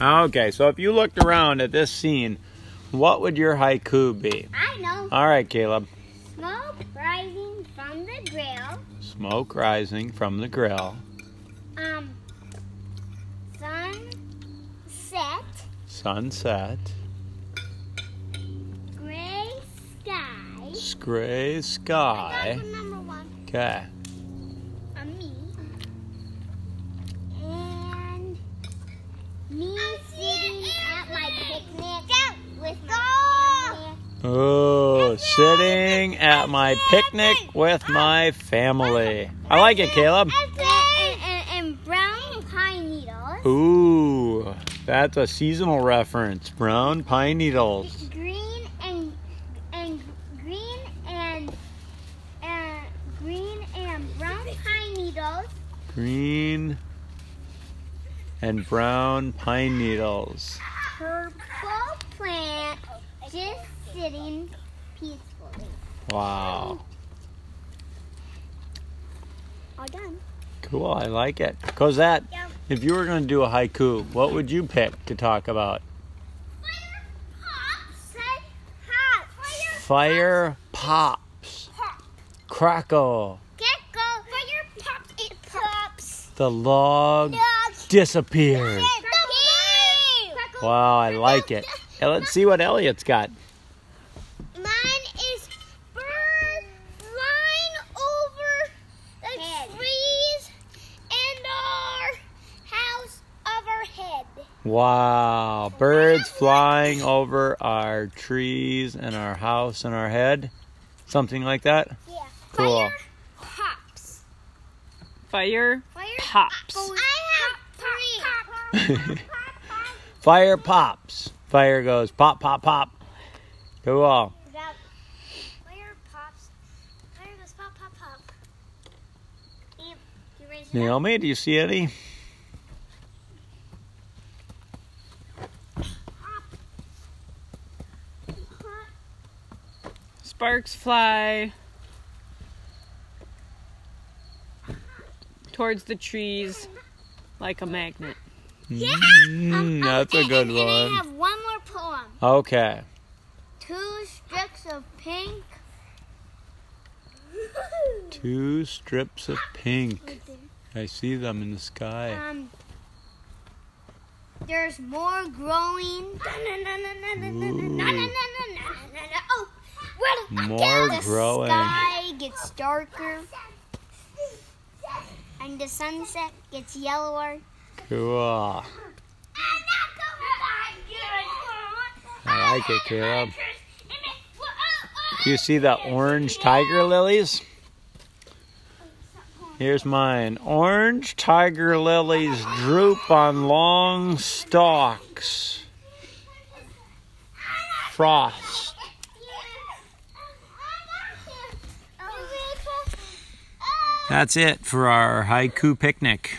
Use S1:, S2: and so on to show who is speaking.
S1: Okay, so if you looked around at this scene, what would your haiku be?
S2: I know.
S1: All right, Caleb.
S2: Smoke rising from the grill.
S1: Smoke rising from the grill.
S2: Um, sun set,
S1: Sunset.
S2: gray sky.
S1: Gray
S2: I
S1: sky.
S2: got the number one.
S1: Okay.
S2: A me. And me sitting at my picnic with my
S1: Oh, sitting at my picnic with my family. I like it, Caleb.
S2: family. And, and, and brown pine needles.
S1: Ooh, that's a seasonal reference. Brown pine needles.
S2: green and and green and and green and brown pine needles
S1: Green and brown pine needles.
S2: purple plant just sitting peacefully
S1: Wow.
S2: all done
S1: Cool, I like it. Cosette, if you were going to do a haiku, what would you pick to talk about? Fire pops. Crackle. The log disappeared. Wow, I like it. And let's see what Elliot's got.
S2: Mine is bird flying over the trees and our house overhead.
S1: Wow, birds flying over our trees and our house and our head. Something like that.
S2: Yeah.
S1: Cool.
S2: Fire pops.
S3: Fire
S2: Fire
S3: pops.
S2: I have three.
S1: Fire pops. Fire goes pop, pop, pop. Cool.
S2: Without fire pops. Fire goes pop pop pop. Yep. You raise it up.
S1: Naomi, do you see any?
S3: Sparks fly towards the trees like a magnet.
S1: Mm, that's a
S2: Um, oh, and-
S1: good
S2: and, and I
S1: one.
S2: have one more poem.
S1: Okay.
S2: Two strips of pink.
S1: Two strips of pink. I see them in the sky.
S2: Um, there's more growing.
S1: Ooh.
S2: Oh, well,
S1: More
S2: the
S1: growing.
S2: sky gets darker, and the sunset gets yellower.
S1: Cool.
S2: I like it,
S1: Caleb.
S2: Caleb.
S1: Do you see the orange tiger lilies? Here's mine. Orange tiger lilies droop on long stalks. Frost. That's it for our haiku picnic.